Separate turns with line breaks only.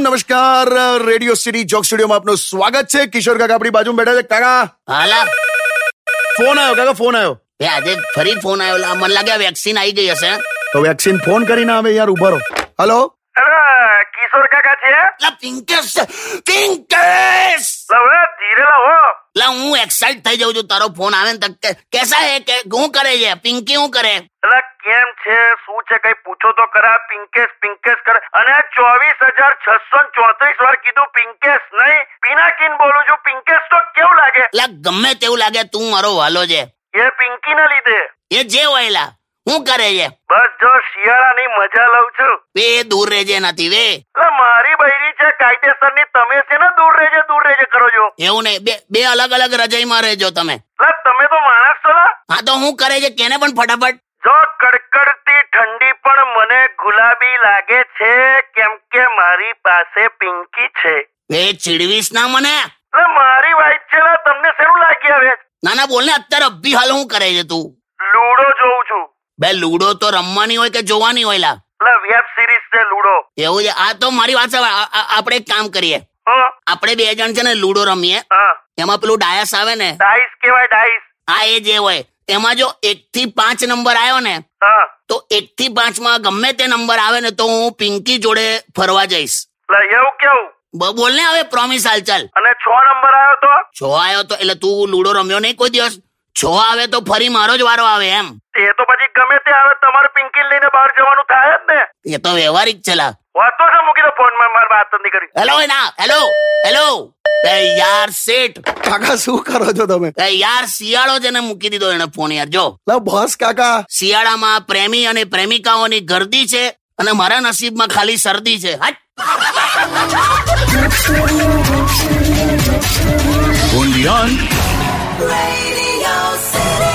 નમસ્કાર radio city joke સ્ટુડિયોમાં આપનું સ્વાગત છે કિશોર કાકા આપણી બાજુમાં બેઠા છે કાકા
હાલા
ફોન આવ્યો કાકા ફોન આવ્યો
બે આજે ફરી ફોન આવ્યો લા, મને લાગે વેક્સિન આવી ગઈ હશે
તો વેક્સિન ફોન કરીને આવે યાર ઉભા રહો હલો
અરે, કિશોર કાકા છે
લા પિંકેશ પિંકેશ
હવે ધીરે લાવો
લા હું એક્સાઇટ થઈ જાઉં છું તારો ફોન આવે ને તો કે- કેસા હે કે હું કરે છે પિંકી હું કરે
એટલે કેમ છે શું છે કઈ પૂછો તો ખરા પિંકેશ પિંકેશ કરે અને ચોવીસ હજાર છસો ચોત્રીસ વાર કીધું પિંકેશ નહીં પિનાકીન બોલું છું પિંકેશ તો કેવું લાગે
લા ગમે તેવું લાગે તું મારો વાલો છે
એ પિંકી ના લીધે
એ જે હોય લા હું કરે છે
બસ જો શિયાળાની મજા લઉં છું
બે દૂર રહેજે એનાથી વે
એટલે મારી બૈરી છે કાયદેસરની તમે છે ને દૂર રહેજે દૂર રહેજે કરો છો
એવું નહીં બે બે અલગ અલગ રજાઈમાં રહેજો તમે
એટલે તમે તો માણસ છો લા
હા તો હું કરે છે કેને પણ ફટાફટ
જો કડકડતી ઠંડી પણ મને ગુલાબી લાગે છે કેમ કે મારી પાસે પિંકી છે
એ ચીડવીશ ના મને
એટલે મારી વાઈફ છે ને તમને શેનું લાગી હવે
ના ના બોલ ને અત્યારે અભી હાલ હું કરે છે તું
લૂડો જોઉં છું
બે લૂડો તો રમવાની હોય કે જોવાની હોય લા
એટલે વેબ સિરીઝ છે લૂડો
એવું છે આ તો મારી વાત સાંભળ. આ- આ- આપણે એક કામ કરીએ
હં?
આપણે બે જણ છે ને લૂડો રમીએ
હા
એમાં પેલું ડાયસ આવે ને
ડાઈસ કેવાય ડાઈસ
આ એ જે હોય એમાં જો એક થી પાંચ નંબર આવ્યો ને
હા
તો એક થી પાંચ માં ગમે તે નંબર આવે ને તો હું પિંકી જોડે ફરવા જઈશ
એટલે એવું કેવું
બ- બોલ ને હવે પ્રોમિસ હાલ ચાલ
અને છ નંબર આવ્યો તો
છ આવ્યો તો એટલે તું લૂડો રમ્યો નહીં કોઈ દિવસ છ આવે તો ફરી મારો જ વારો આવે એમ
એ તો પછી ગમે તે આવે તમારે પિંકી લઈને બહાર જવાનું થાય જ ને
એ તો વ્યવહારિક છે લા
વાતો છે મૂકી દો ફોનમાં મારી વાત જ નહીં કરી
હેલો એ ના હેલો હેલો બે યાર શેઠ
કાકા શું કરો છો તમે
એ યાર શિયાળો છે ને મૂકી દીધો એને ફોન યાર જો
લા બસ કાકા
શિયાળામાં પ્રેમી અને પ્રેમિકાઓની ગર્દી છે અને મારા નસીબમાં ખાલી શરદી છે હટ
Radio City.